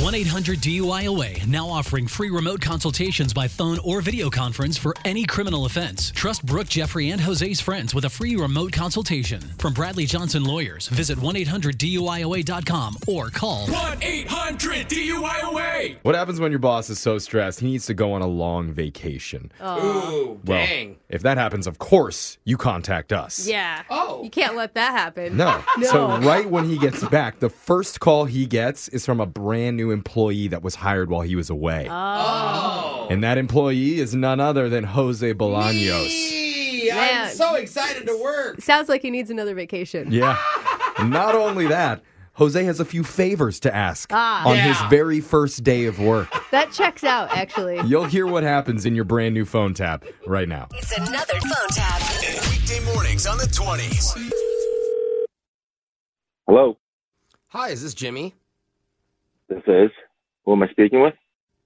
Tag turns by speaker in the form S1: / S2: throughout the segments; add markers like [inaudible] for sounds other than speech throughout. S1: 1 800 DUIOA now offering free remote consultations by phone or video conference for any criminal offense. Trust Brooke, Jeffrey, and Jose's friends with a free remote consultation. From Bradley Johnson Lawyers, visit 1 800 DUIOA.com or call
S2: 1 800 DUIOA.
S3: What happens when your boss is so stressed he needs to go on a long vacation?
S2: Ooh,
S3: Well, if that happens, of course, you contact us.
S4: Yeah.
S2: Oh.
S4: You can't let that happen.
S3: No.
S4: [laughs] No.
S3: So right when he gets back, the first call he gets is from a brand new employee that was hired while he was away.
S2: Oh.
S3: And that employee is none other than Jose Bolaños.
S2: Eee, I'm
S4: Man.
S2: so excited to work.
S4: Sounds like he needs another vacation.
S3: Yeah. Not only that, Jose has a few favors to ask
S4: Ah.
S3: on
S2: Yeah.
S3: his very first day of work.
S4: That checks
S3: [laughs]
S4: out, actually.
S3: You'll hear what happens in your brand new phone tap right now.
S5: It's another phone tap.
S6: Weekday mornings on the 20s.
S7: Hello,
S2: Hi, is this Jimmy?
S7: this is. Who am I speaking with?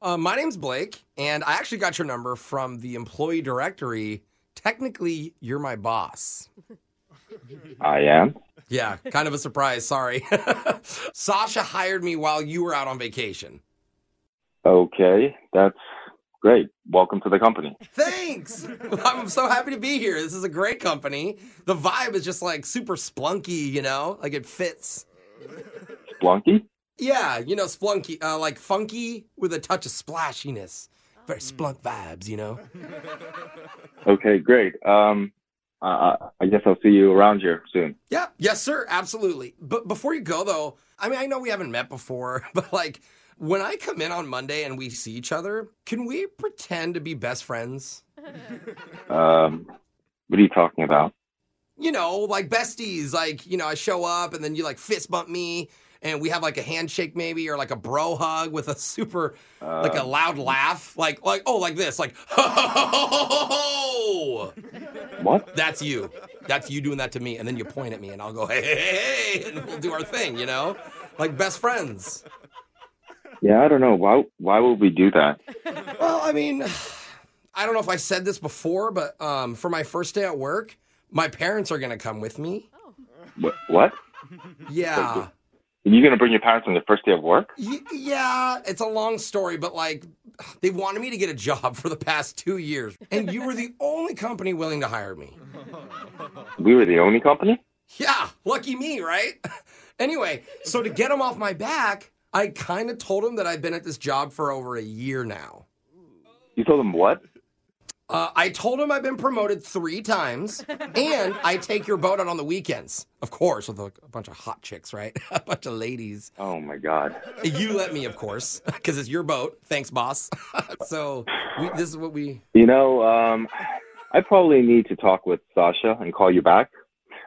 S2: Uh, my name's Blake, and I actually got your number from the employee directory. Technically, you're my boss.
S7: I am.
S2: Yeah, kind of a surprise. Sorry. [laughs] Sasha hired me while you were out on vacation.
S7: Okay, that's great. Welcome to the company.
S2: Thanks. [laughs] I'm so happy to be here. This is a great company. The vibe is just like super splunky, you know? Like it fits.
S7: Splunky?
S2: Yeah, you know, splunky, uh, like funky with a touch of splashiness. Very splunk vibes, you know?
S7: Okay, great. Um, I, I- I guess I'll see you around here soon.
S2: Yeah, yes, sir, absolutely. But before you go, though, I mean, I know we haven't met before, but like when I come in on Monday and we see each other, can we pretend to be best friends?
S7: Um, what are you talking about?
S2: You know, like besties, like, you know, I show up and then you like fist bump me and we have like a handshake maybe or like a bro hug with a super, like a loud laugh. Like, like, oh, like this, like, ho, ho, ho, ho, ho, ho, ho.
S7: What?
S2: That's you. That's you doing that to me. And then you point at me and I'll go, hey, hey, hey, and we'll do our thing, you know? Like best friends.
S7: Yeah, I don't know. Why? Why would we do that?
S2: Well, I mean, [sighs] I don't know if I said this before, but um, for my first day at work, my parents are going to come with me.
S7: Wh- what?
S2: Yeah.
S7: You're gonna bring your parents on the first day of work?
S2: Y- yeah, it's a long story, but like, [sighs] they wanted me to get a job for the past two years, and you were the only company willing to hire me.
S7: We were the only company.
S2: Yeah, lucky me, right? [laughs] anyway, so to get him off my back, I kind of told him that I've been at this job for over a year now.
S7: You told them what?
S2: Uh, I told him I've been promoted three times, and I take your boat out on the weekends. Of course, with a, a bunch of hot chicks, right? [laughs] a bunch of ladies.
S7: Oh my God.
S2: You let me, of course, because it's your boat. Thanks, boss. [laughs] so we, this is what we.
S7: You know, um, I probably need to talk with Sasha and call you back.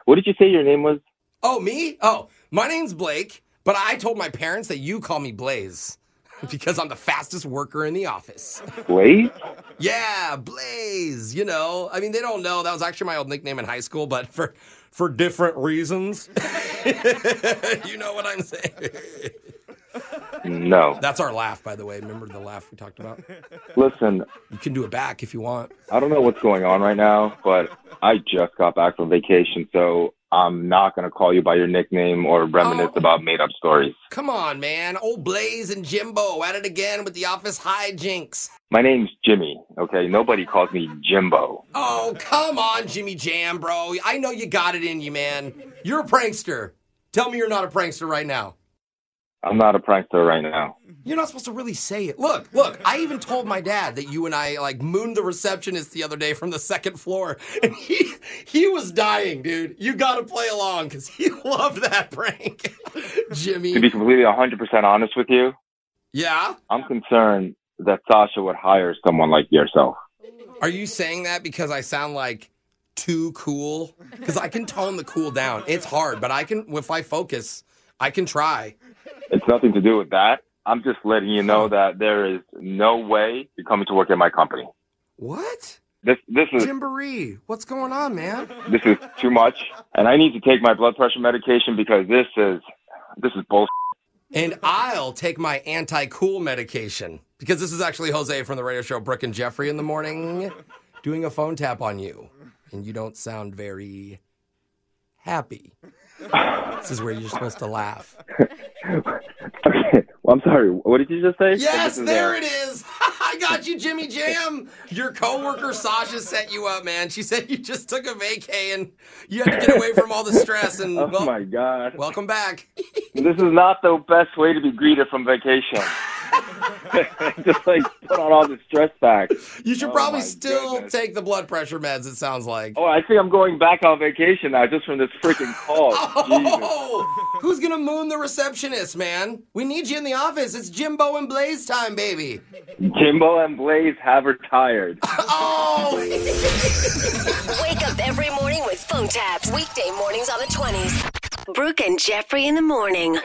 S7: What did you say your name was?
S2: Oh, me? Oh, my name's Blake, but I told my parents that you call me Blaze [laughs] because I'm the fastest worker in the office.
S7: Blaze.
S2: Yeah, Blaze. You know, I mean, they don't know that was actually my old nickname in high school, but for for different reasons. [laughs] you know what I'm saying?
S7: No.
S2: That's our laugh, by the way. Remember the laugh we talked about?
S7: Listen,
S2: You can do it back if you want.
S7: I don't know what's going on right now, but I just got back from vacation, so I'm not going to call you by your nickname or reminisce
S2: Oh.
S7: about made up stories.
S2: Come on, man. Old Blaze and Jimbo at it again with the office hijinks.
S7: My name's Jimmy, okay? Nobody calls me Jimbo.
S2: Oh, come on, Jimmy Jam, bro. I know you got it in you, man. You're a prankster. Tell me you're not a prankster right now.
S7: I'm not a prankster right now.
S2: You're not supposed to really say it. Look, look, I even told my dad that you and I like mooned the receptionist the other day from the second floor. And he he was dying, dude. You gotta play along because he [laughs] loved that prank. Jimmy.
S7: To be completely 100% honest with you,
S2: Yeah?
S7: I'm concerned that Sasha would hire someone like yourself.
S2: Are you saying that because I sound like too cool? Because I can tone the cool down. It's hard, but I can, if I focus, I can try.
S7: It's nothing to do with that. I'm just letting you know that there is no way you're coming to work at my company.
S2: What?
S7: This this is
S2: Jimboree, what's going on, man?
S7: this is too much, and I need to take my blood pressure medication because this is this is bullshit.
S2: And I'll take my anti cool medication because this is actually Jose from the radio show Brooke and Jeffrey in the morning doing a phone tap on you. And you don't sound very happy. This is where you're supposed to laugh.
S7: okay. [laughs] Well, I'm sorry. What did you just say?
S2: Yes,
S7: This is
S2: there
S7: a-
S2: it is. [laughs] I got you, Jimmy Jam. Your coworker Sasha set you up, man. She said you just took a vacay and you had to get away from all the stress.
S7: [laughs]
S2: And
S7: Oh
S2: well,
S7: my god.
S2: welcome back.
S7: This is not the best way to be greeted from vacation. [laughs] just like put on all the stress back.
S2: You should
S7: Oh
S2: probably
S7: my
S2: still
S7: goodness.
S2: take the blood pressure meds. It sounds like.
S7: Oh, I think I'm going back on vacation now just from this freaking
S2: [laughs]
S7: call. Jesus.
S2: Oh, who's gonna moon the receptionist, man? We need you in the office. It's Jimbo and Blaze time, baby.
S7: Jimbo and Blaze have retired.
S2: Oh,
S5: Wake up every morning with phone taps. Weekday mornings on the 20s. Brooke and Jeffrey in the morning.